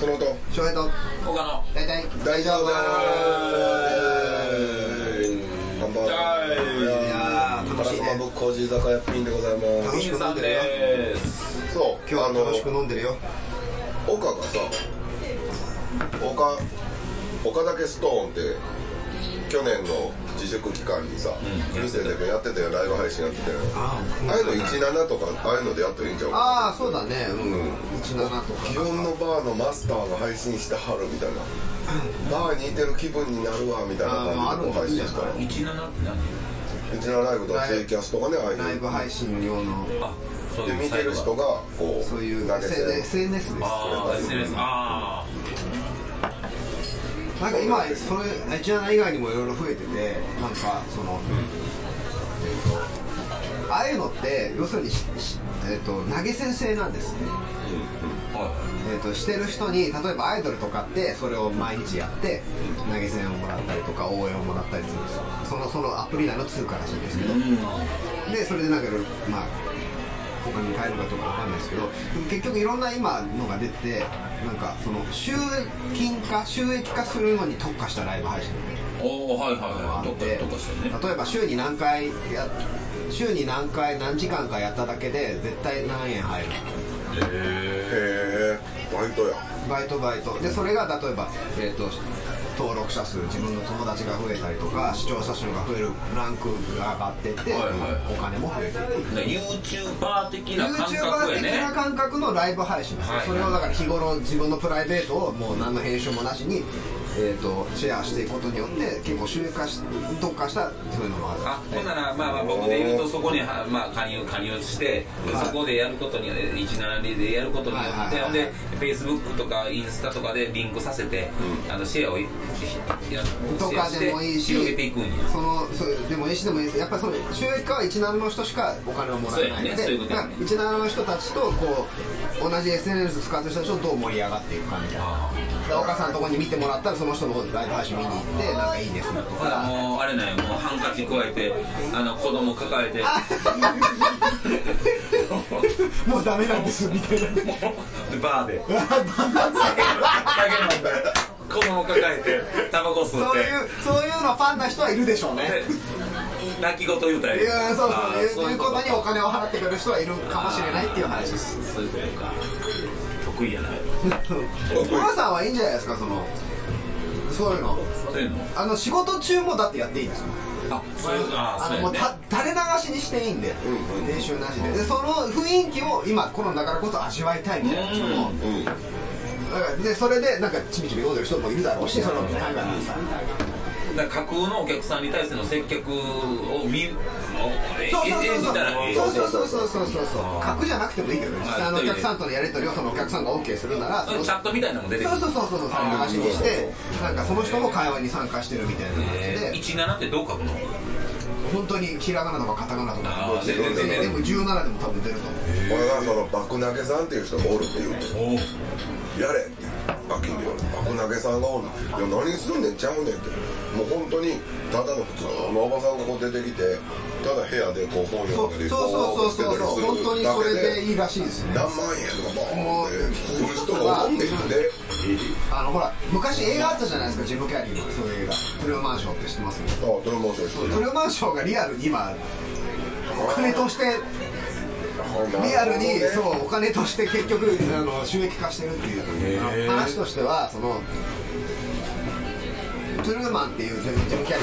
その音翔平と他の大体大丈夫だこんばんはいやーガ楽ラしいスマンね僕工事居酒屋ピンでございま楽すしイくン飲さんんでるよですそう今日はあの楽しく飲んでるよ岡がさ岡岡だけストーンって去年の自粛期間にさ、うるせえでもやってたよライブ配信やってたよあああいうの17とかああいうのでやったらいいんちゃうかあーそうだねうん17とか祇園のバーのマスターが配信してはるみたいなバーにいてる気分になるわみたいな感じでこう配信したらあーある17って何うちのライブとかツイキャスとかねああいうライブの配信用のあそうでいう見てる人がこうそういう投げて SNS ですああ SNS あなんか今それ17以外にもいろいろ増えててなんかその、ああいうのって要するにししえっと投げ銭制なんですねあはえー、としてる人に例えばアイドルとかってそれを毎日やって投げ銭をもらったりとか応援をもらったりするんですよそのそのアプリ内の通貨らしいんですけど、でそれでなんかいろいろまあお金に変えるかとかわかんないですけどでも結局いろんな今のが出ててなんかその収金化収益化するのに特化したライブ配信いおおはいはいがあはっいどってかどっかしてね例えば週に何回や週に何回何時間かやっただけで絶対何円入るへえへバイトやバイトバイトでそれが例えば、えー、と登録者数自分の友達が増えたりとか視聴者数が増えるランクが上がってって、はいはお金も増えていくえ YouTuber 的な感 YouTuber 覚や的ねな感覚のライブ配信ですね、はいそれをだから日頃自分のプライベートをもう何の編集もなしに、えー、とシェアしていくことによって結構収益化し特化したそういうのもあるあほんなら、まあ、まあ僕で言うとそこには、まあ、加入加入して、はいそこでやることに17でやることによって、はいはいはいほんで Facebook とかインスタとかでリンクさせて、あのシェアをいいやとかでもいいしシェアして広げていくんやそのそれでもいいしでもいいですやっぱりその収益化は17の人しかお金をもらえないので、そうやねそういうことだやからね17の人たちとこう同じ SNS 使ってる人たちとどう盛り上がっていくかみたいなあだからお母さんのとこに見てもらったらその人のライブ配信見に行ってなんかいいですねとあほらかもうあれなんやもうハンカチ加えてあの子供抱えてもうダメなんですみたいなでバーで酒飲んで子供抱えてタバコ吸っそういてうそういうのファンな人はいるでしょうねで泣き言言うたいりやそうあそういーういうことにお金を払ってくれる人はいるかもしれないっていう話ですそういうことか得意やなお母さんはいいんじゃないですかそのそういうのそういうのあの仕事中もだってやっていいんですよあそういうああそうのやもうねた垂れ流しにしていいんで、んうん練習なしででその雰囲気を今コロナだからこそ味わいたいみたいな人も、うんだからでそれでなんかちびちび飲んでる人もいるだろうしその海外のさだから架空のお客さんに対しての接客を見るそうそう演じたらええよそうそうそうそうそうそうそうそう格じゃなくてもいいけど実際のお客さんとのやり取りをそのお客さんが OK するならそのチャットみたいなのも出てくそるうそうそうそうそう垂れ流しにしてなんかその人も会話に参加してるみたいな感じえでー17ってどう書くの本当にひらがなとかカタカナとかあー全然全然でも17でも多分出ると思う俺がその爆投げさんっていう人がおるって言うておうやれって秋に言われて爆投げさんがおるいや何すんねんちゃうねんってもう本当にただの普通のおばさんがこう出てきてただ部屋でこう本そ読うんだりそうそうそうそうこ本う当にそれでいいらしいですね何万円とかもボうーンってそういう人がおんねんであのほら昔映画あったじゃないですかジム・キャリーのそういう映画トレオマンションって知ってますああ、ドラマそうですトレオマンションがリアルに今お金としてリアルにそうお金として結局あの収益化してるっていう話としてはそのトゥルーマンっていうジムジムキャリーの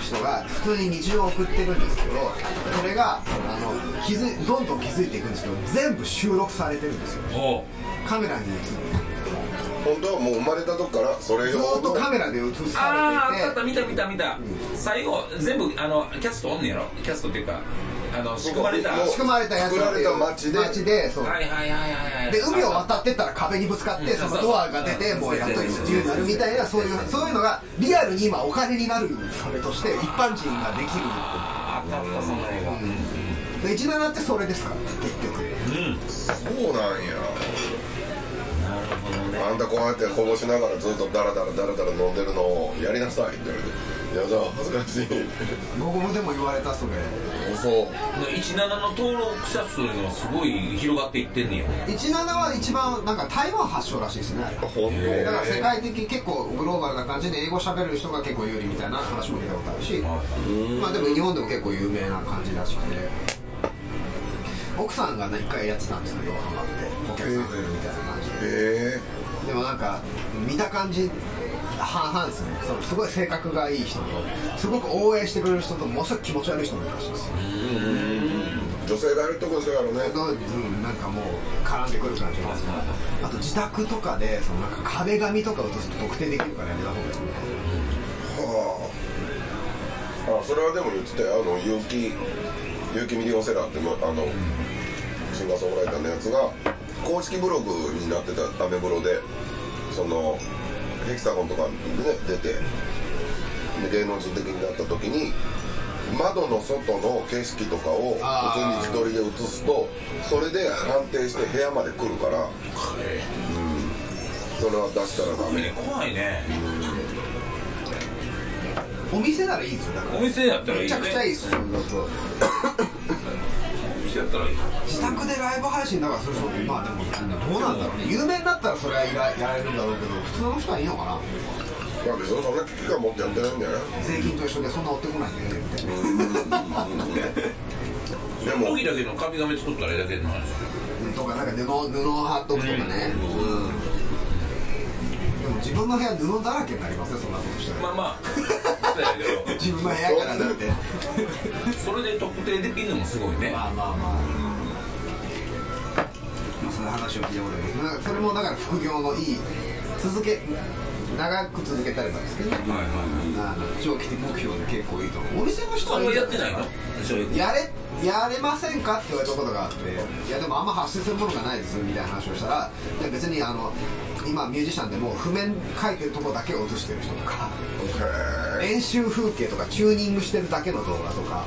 人が普通に日常を送ってるんですけどそれがあの気づいどんどん気づいていくんですけど全部収録されてるんですよおうカメラに映って本当はもう生まれた時からそれず用ーっとのカメラで映さあーあったあれってたて見た見た見た最後全部あのキャストおんねやろキャストっていうかあの仕組まれたはもいう仕組まれたやつなんてい作うられた街で街でそうはいはいはいはいで海を渡ってったら壁にぶつかってうんそのドアが出てうんもうやっと自由になるみたいなそういうそういうのがリアルに今お金になるそれとして一般人ができるあったあったそんな映画で17ってそれですから結局そうなんやなるほどねあんたこうやってこぼしながらずっとダラダラダラダラ飲んでるのをやりなさいって言われてやだ恥ずかしい僕もでも言われたそれそう17の登録者数がすごい広がっていってんねんよ17は一番なんか台湾発祥らしいですね本だ当から世界的結構グローバルな感じで英語喋る人が結構有利みたいな話も聞いたことあるしまあでも日本でも結構有名な感じらしくて奥さんがね一回やってたんですけどハマってお客さんみたいな感じでえでもなんか見た感じ半々ですねそのすごい性格がいい人とすごく応援してくれる人とものすごく気持ち悪い人もいるらしいですよえ女性がいるとこそうやろねどううん、なんかもう絡んでくる感じがあと自宅とかでそのなんか壁紙とか写すと特定できるからやめた方がいいみはああそれはでも言ってたよあの結城結城ミリオンセラーってもあのシンガーソングライターのやつが公式ブログになってたダメブロでそのヘキサゴンとかにね出てで芸能人的になった時に窓の外の景色とかをあー普通に自撮りで写すとそれで判定して部屋まで来るから、うん、それは出したらダメね怖いねたいなお店ならいいですよだかお店やったららいめいちよゃねくちゃいいですよお店やったらいい自宅でライブ配信だからそれそれまあでもどうなんだろうね有名になったらそれはいらやれるんだろうけど普通の人はいいのかななんでしょそんな危機感持ってやってないんじゃない税金と一緒でそんな追ってこないんでみたいなでコもーヒーだけの紙紙作ったらええだけの話とかなんか布布を貼っとくとかね、うんでも自分の部屋布だらけになりますよそんなことしたら、まあまあそうやけど自分の部屋からだってそれで特定できるのもすごいねまあまあまあ、まあ、そういう話を聞いたことありますなんかそれもだから副業のいい続け長く続けたればですけどねはいはいはいあの長期的目標で結構いいと思うお店の人そはれいはいんじやゃってないのやれやれませんかって言われたことがあっていやでもあんま発信するものがないですみたいな話をしたらいや別にあの今ミュージシャンでも譜面書いてるとこだけを映してる人とかへ練習風景とかチューニングしてるだけの動画とか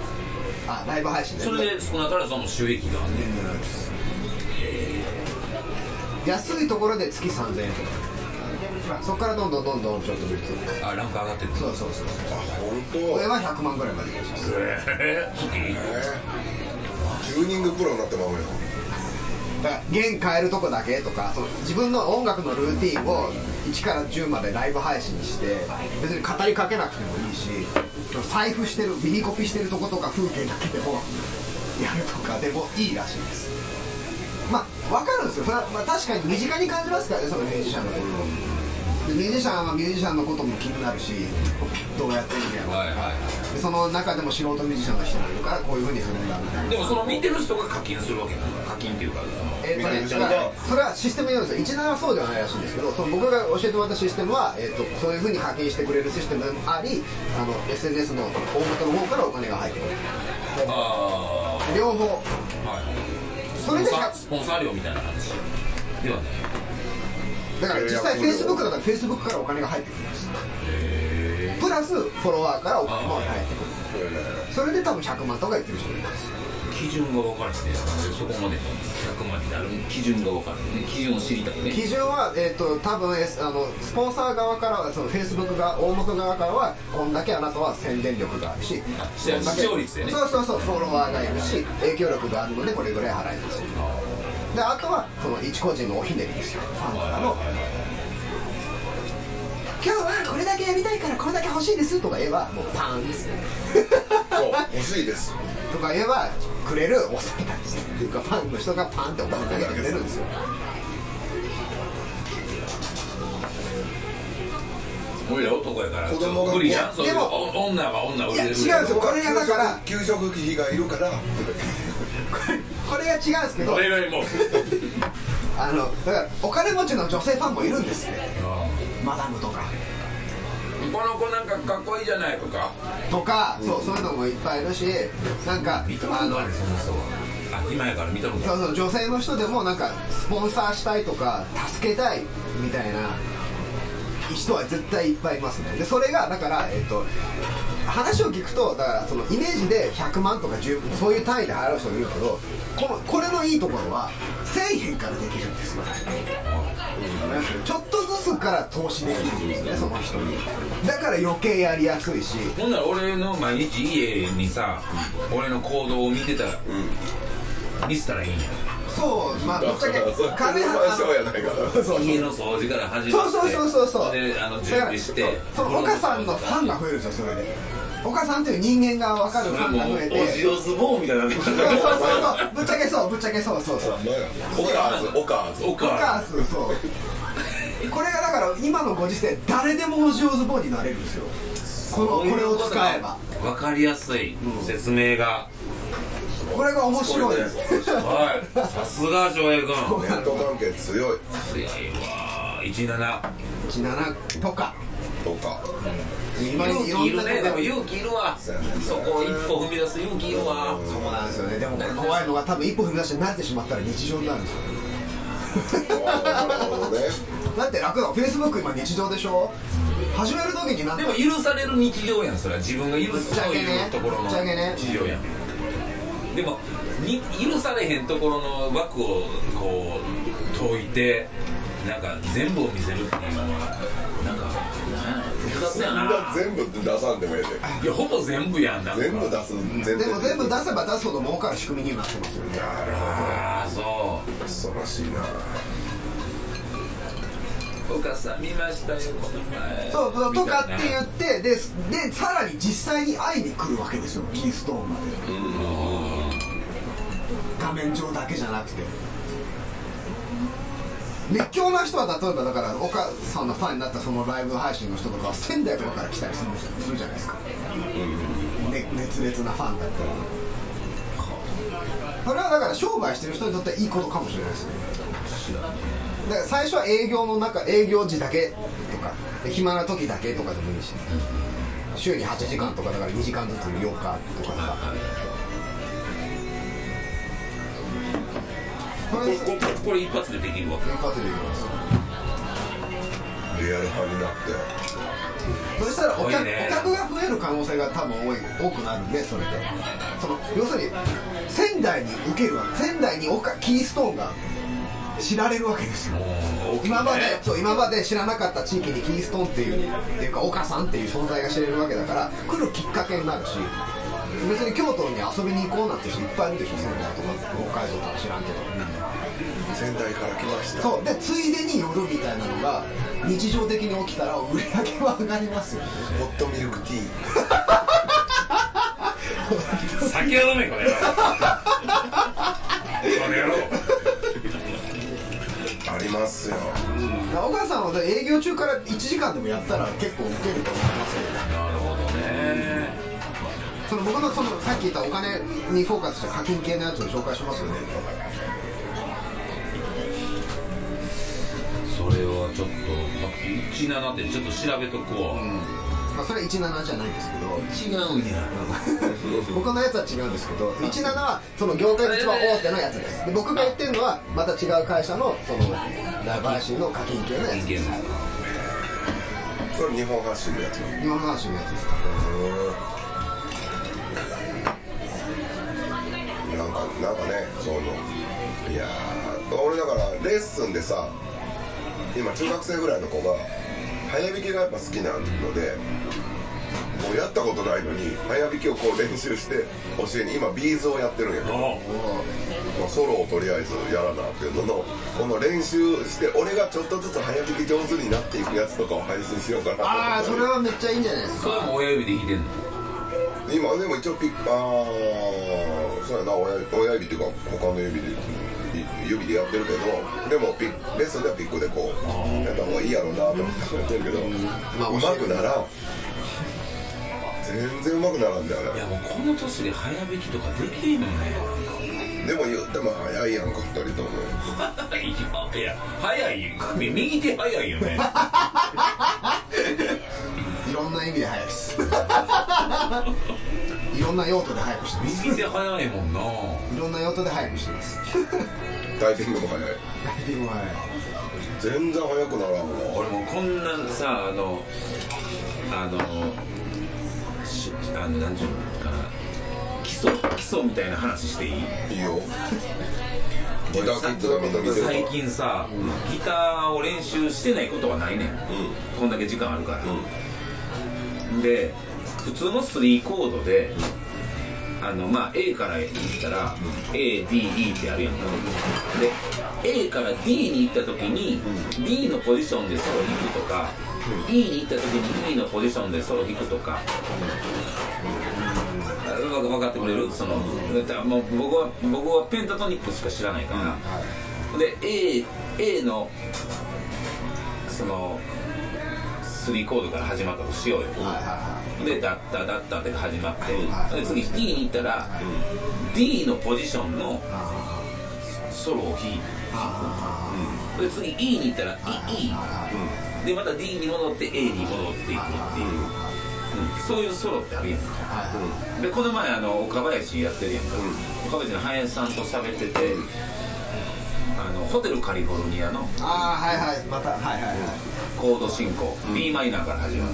あライブ配信でそれで少なからずその収益があんね全然ないです安いところで月3000円とかそこからどんどんどんどんちょっとずつあランク上がってるそうそうそうあ本当これは100万ぐらいまでいきますえーえーチューニングプロになってまうよだから弦変えるとこだけとかその自分の音楽のルーティンを1から10までライブ配信して別に語りかけなくてもいいし財布してるビリコピしてるとことか風景だけでもやるとかでもいいらしいですまあ分かるんですよ、それはまあ、確かに身近に感じますからねそのミュージシャンのことでミュージシャンはミュージシャンのことも気になるしどうやってるんやろはうとか、いはいはでその中でも素人ミュージシャンの人もいるからこういうふうにするんだみたいなでもその見てる人が課金するわけなの課金っていうかそえーとね、だからそれはシステムによるんですよ17はそうではないらしいんですけどその僕が教えてもらったシステムは、えー、とそういうふうに課金してくれるシステムもありあの SNS の大元の方からお金が入ってくるのあ両方あはいそれでスポンサースポン100サー料みたいな話ではねだから実際 Facebook だったら Facebook からお金が入ってくるんですプラスフォロワーからお金も入ってくるそれで多分100万とか言ってる人もいます基準が分からんしねそこまで100万になる基準が分からんね基準を知りたいね基準は、えー、と多分えーあのスポンサー側からはその Facebook 側大元側からはこんだけあなたは宣伝力があるしあ視聴視聴率でねそうそうそうフォロワーがいるし影響力があるのでこれぐらい払いますよであとはその一個人のおひねりですよファンからの今日はこれだけやりたいからこれだけ欲しいですとか言えばもうパーンですよねそう欲しいですとか言えばくれるお金たちっていうかファンの人がパンってお金かけてくれるんですよ俺ら男やから子供が無理やんそういうでもお女が女をいや違うんですよこれがだから給食費がいるからこれが違うんですけど俺がもうあのだからお金持ちの女性ファンもいるんですねマダムとかこの子なんかかっこいいじゃないとかとか、そうそういうのもいっぱいいるしなんかあのその人はあ今やから見たことそあうるそう女性の人でもなんかスポンサーしたいとか助けたいみたいな人は絶対いっぱいいますねでそれがだからえっ、と話を聞くとだからそのイメージで100万とか10そういう単位で払う人もいるけどこのこれのいいところは1000円からできるんですよちょっとずつうから投資できるんですよねその人にだから余計やりやすいしほんなら俺の毎日家にさ、俺の行動を見てたら、見せたらいいんやそうまあぶっちゃけそう金払マンションやないからそうそう家の掃除から始まそっうてそうそうそうそうであの準備してその岡さんのファンが増えるんですよそれで岡さんという人間が分かるそフれァンがも増うえおじておずぼうみたいになってくそうるそうそうそうぶっちゃけそうぶっちゃけそうそうそうオカーズオカーズおお母かさんそうこれがだから今のご時世誰でもオジオズボーになれるんですよこのこれを使えば分かりやすい説明が、これが面白いです はいさすが翔平君ネット関係強い強いわ17 17とかとか今勇気いるねでもう勇気いるわそこを一歩踏み出す勇気いるわそうなんですよねでもこれ怖いのが多分一歩踏み出して慣れてしまったら日常になるんですよああなるほどねだって楽だフェイスブック今日常でしょ始める時になんでかも許される日常やんそれは自分が許すというところのぶっ日ちゃけね常やんでもに許されへんところの枠をこう解いてなんか全部を見せるっていうのはなんかなんや複雑やみんなな全部出さんでもええでいやほぼ全部やんなんか全部出す全で然も全部出せば出すほど儲かる仕組みにはなってますよねなるほああそど恐ろしいなう岡さん見ましたよこの前そうそうとかってみたい言なってででさらに実際に会いに来るわけですよキーストーンまで画面上だけじゃなくて熱狂な人は例えばだから岡さんのファンになったそのライブ配信の人とかは仙台とかから来たりするするじゃないですか、ね、熱烈なファンだったらそれはだから商売してる人にとってはいいことかもしれないですねだから最初は営業の中営業時だけとかで暇な時だけとかでもいいし週に8時間とかだから2時間ずつ見ようかとかさこれこここれ一発でできるわ連発でいきますリアル派になってそしたらおすご客,、いねお客が増える可能性が多分多い多くなるんでそれでその要するに仙台に受けるわ仙台におかキーストーンが知られるわけですよもう大きいね今までそう今まで知らなかった地域にキーストーンっていうっていうか岡さんっていう存在が知れるわけだから来るきっかけになるし別に京都に遊びに行こうなんて人いっぱいいるでしょ仙台とか北海道とか知らんけど仙台から来ましたそうでついでに夜みたいなのが日常的に起きたら売り上げは上がりますよねホットミルクティー酒を飲めこれこ の野郎ありますよお母さんは営業中から1時間でもやったら結構受けると思いますよなるほどねその僕のそのさっき言ったお金にフォーカスした課金系のやつを紹介しますよねそれはちょっとま17ってちょっと調べとこう、まあ、それは17じゃないんですけど違うんや僕のやつは違うんですけど17はその業界で一番大手のやつですで僕が言ってるのはまた違う会社のそのライブ配信の課金系のやつ人間のそれ日本発信のやつ日本配信のやつですなんかなんかねそのいやー俺だからレッスンでさ今中学生ぐらいの子が早弾きがやっぱ好きなのでもうやったことないのに早弾きをこう練習して教えに今ビーズをやってるんやけど、まおあ、ソロをとりあえずやらなっていうののこの練習して俺がちょっとずつ早弾き上手になっていくやつとかを配信しようかなと思ってああそれはめっちゃいいんじゃないですかそれも親指で弾いてんの今でも一応ピッああそうやな親指親指っていうか他の指で指でやってるけどでもピッレッスンではピックでこうやった方がいいやろうなと思ってやってるけどうまあまくならん全然うまくならんだよいねやもうこの年で早弾きとかできへんのねでも言っても早いやんか二人ともいや早い右手早いよねいろんな意味で早いです いろんな用途で早くしてます右手早いもんないろんな用途で早くしてますタイピングも早いでもはい全然早くならんわ俺もうこんなさあのあのしあの何ていうのかな基礎基礎みたいな話していいいいよギターキッズがみんな見てるから最近さ、ギターを練習してないことはないねん、こんだけ時間あるから、で普通の3コードで、あのまあ A から E ったら、ADE ってあるやんか、で A から D に行った時に、D のポジションでソロ弾くとか、E に行った時に E のポジションでソロ弾くとか、わ分かってくれるそのだからもう僕は僕はペンタトニックしか知らないから、で A, A のその3コードから始まったとしようよ、はいはいで「だっただった」って始まって、はいで次 D に行ったら、D のポジションのはいソロを弾いあてで次 E に行ったら「E」でまた D に戻って A に戻っていくっていう、うんそういうソロってあるやんかあはいはいでこの前あの岡林やってるやんか、岡林の林さんと喋ってて、あのホテルカリフォルニアのあーはいはいまたはいはいはいコード進行、b マイナーから始まる、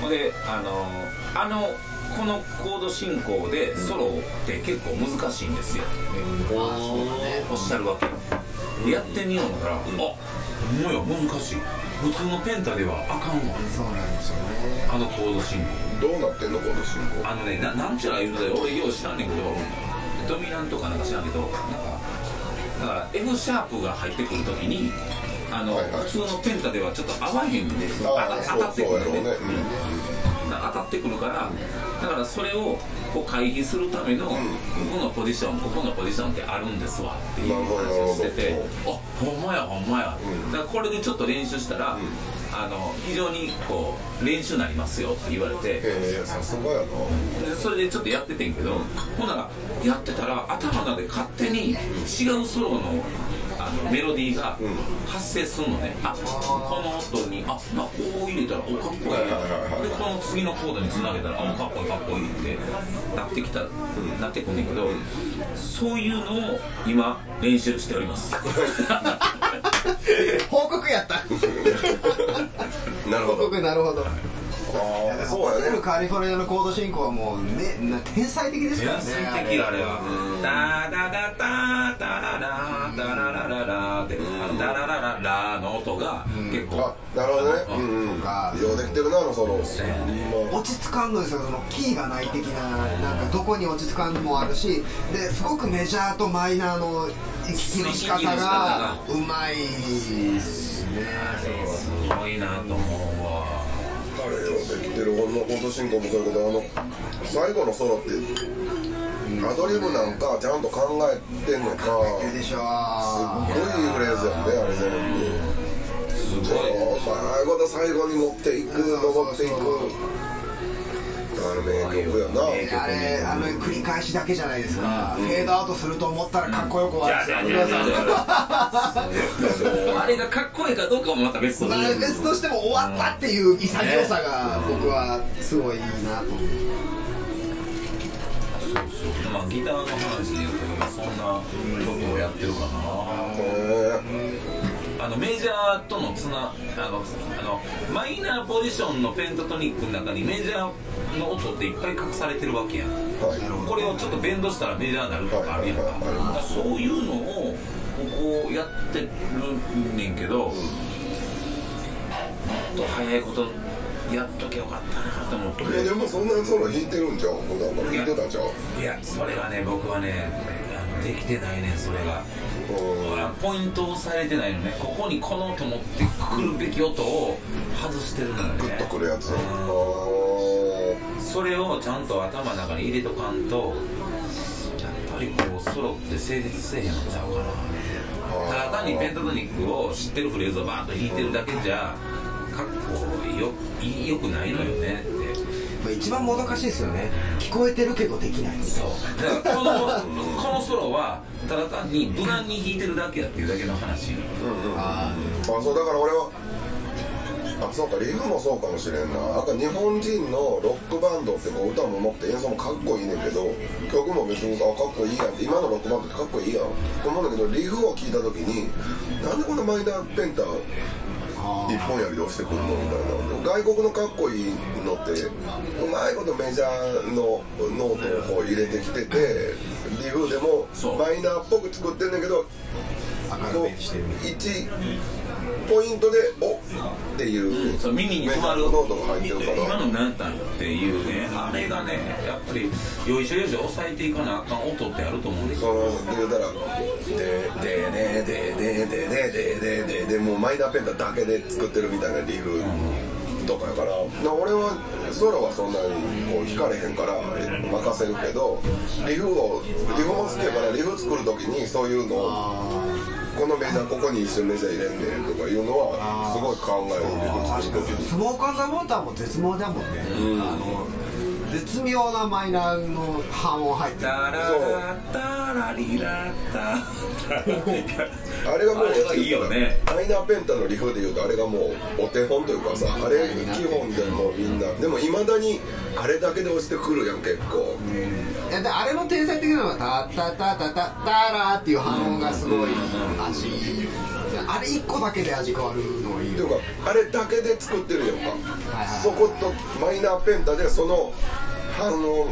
ほんであのあのこのコード進行でソロって結構難しいんですよ、あーそうだねおっしゃるわけよ、やってみよう思ったら、あもうや難しい普通のペンタではあかんわそうなんですよねあのコード進行どうなってんのこの進行あのね、ななんちゅうの言うてたよ俺よう知らんねんけどドミナントかなんか知らんけどなんかだから F シャープが入ってくるときにあの、はいはい普通のペンタではちょっと合わへんでああ当たそ当たうってそうくやるろうねね、な当たってくるからだからそれをこう回避するための、ここのポジションここのポジションってあるんですわっていう話をしててなるあほんまやほんまや、うんだからこれでちょっと練習したら、あの非常にこう練習になりますよって言われて、うんへえさすがやなでそれでちょっとやっててんけどほんならやってたら頭の中で勝手に違うソロのあのメロディーが発生するのね、あこの音にあなこう入れたらおかっこいいはいはいやはいはいでこの次のコードにつなげたらあおかっこいいかっこいいってなってきた、なってくんねんけどそういうのを今練習しております 報告やった なる報ほど告なるほどああそうホテやねルカリフォルニアのコード進行はもうねな天才的ですから天ね才的あれは「ダダダダダララダララララ」ってあのダララララの音が結構あなるほどねうんうんあようできてるなあのソロうやねほんま落ち着かんのですよそのキーがない的ななんかどこに落ち着かんのもあるしですごくメジャーとマイナーの行き来の仕方がうまいですねすごいなと思うわあれよできてるほんのコード進行もそうやけどあの最後のソロってアドリブなんかちゃんと考えてんのかすごいいいでしょフレーズやんねあれ全部すごそういまあごと最後に持っていく登っていくあの名曲やなえあれあの繰り返しだけじゃないですか、フェードアウトすると思ったらかっこよく終わるんいでやすいよやいやいやあれがかっこいいかどうかもまた別と まあ別としても終わったっていう潔さが僕はすごいいいなと思うまあギターの話で言うと今そんなことをやってるかなねあのメジャーとのつなあのあのマイナーポジションのペンタトニックの中にメジャーの音っていっぱい隠されてるわけやんはいこれをちょっとベンドしたらメジャーになるとかあるやんか,、はいはいはいはいそういうのをここやってるねんけど、もっと早いことやっときゃよかったなと思っていやでもそんなソロ弾いてるんちゃう普段から弾いてたんちゃういやそれがね僕はねあのできてないねんそれが。あポイントを押されてないのねここにこの音持ってくるべき音を外してるのよグッねとくるやつあそれをちゃんと頭の中に入れとかんとやっぱりこうソロって成立せえへんのちゃうかなただ単にペンタトニックを知ってるフレーズをバーッと弾いてるだけじゃかっこよいよくないのよねってまあ一番もどかしいですよね聞こえてるけどできないそうだからこの このソロはただ単に無難に弾いてるだけやっていうだけの話ああそうだから俺はあそうかリフもそうかもしれんななんか日本人のロックバンドってこう歌もうまくて演奏もかっこいいねんけど曲も別にあかっこいいやんって今のロックバンドってかっこいいやんと思うんだけどリフを聴いた時になんでこんなマイナーペンター一本やりで押してくるのみたいな外国のかっこいいのってうまいことメジャーのノートをこう入れてきててリフでもそうマイナーっぽく作ってんだけど明るめにしてる1ポイントで「おっ!」っていう、そう耳に止まるメジャーのノートが入ってるか今らの何やったんやっていうねあれがねやっぱりよいしょよいしょ抑えていかなあかん音ってあると思うんですそよの言うたら「ででででででででででで」もうマイナーペンタだけで作ってるみたいなリフとかやからな俺はソロはそんなにこう弾かれへんから任せるけどリフをリフも好きやからリフ作る時にそういうのをこのメジャーここに一緒にメジャー入れんねんとかいうのはすごい考えるリフ確作るか時ににスモーカーザモーターも絶妙だもんね、あの絶妙なマイナーの半音入ってるタララタラリラタ あれがもうあれはいいよねマイナーペンタのリフで言うとあれがもうお手本というかさあれ基本でもうみんなでもいまだにあれだけで押してくるやん結構いやであれの天才的なのは「タタタタタタラ」っていう反音がすごい味あれ一個だけで味変わるのいいといようねかあれだけで作ってるやんかはいはいそことマイナーペンタでその反応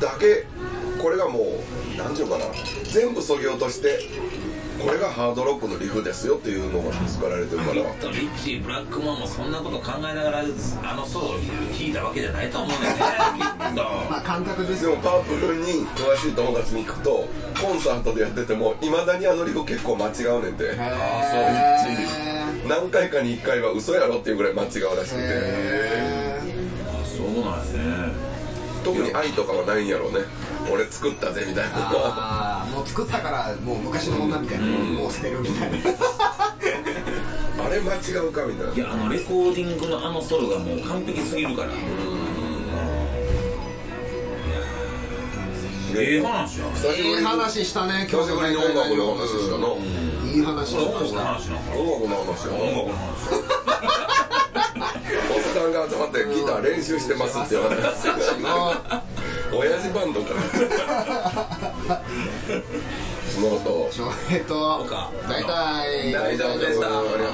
だけこれがもう何ていうのかな全部そぎ落としてこれがハードロックのリフですよっていうのが作られてるからリットリッチーブラックモンもそんなこと考えながらあのソロを弾いたわけじゃないと思うねんねきっとまあ感覚ですでよもパープルに詳しい友達に行くとコンサートでやっててもいまだにあのリフ結構間違うねんてへそう一致何回かに1回は嘘やろっていうぐらい間違うらしくてえあそうなんですね特に愛とかはないんやろうね俺作ったぜみたいなああもう作ったからもう昔の女みたいなもう捨てるみたいなあれ間違うかみたいないやあのレコーディングのあのソロがもう完璧すぎるからええ話や久しいぶいりに話したね久しぶりに音楽の話したのいい話し音ま楽しのた話なんかな音楽の話やの音楽の話おっさんが集まってギター練習してますって言われて親父バンドかなそのこと翔平と他大体大丈夫ですありがとう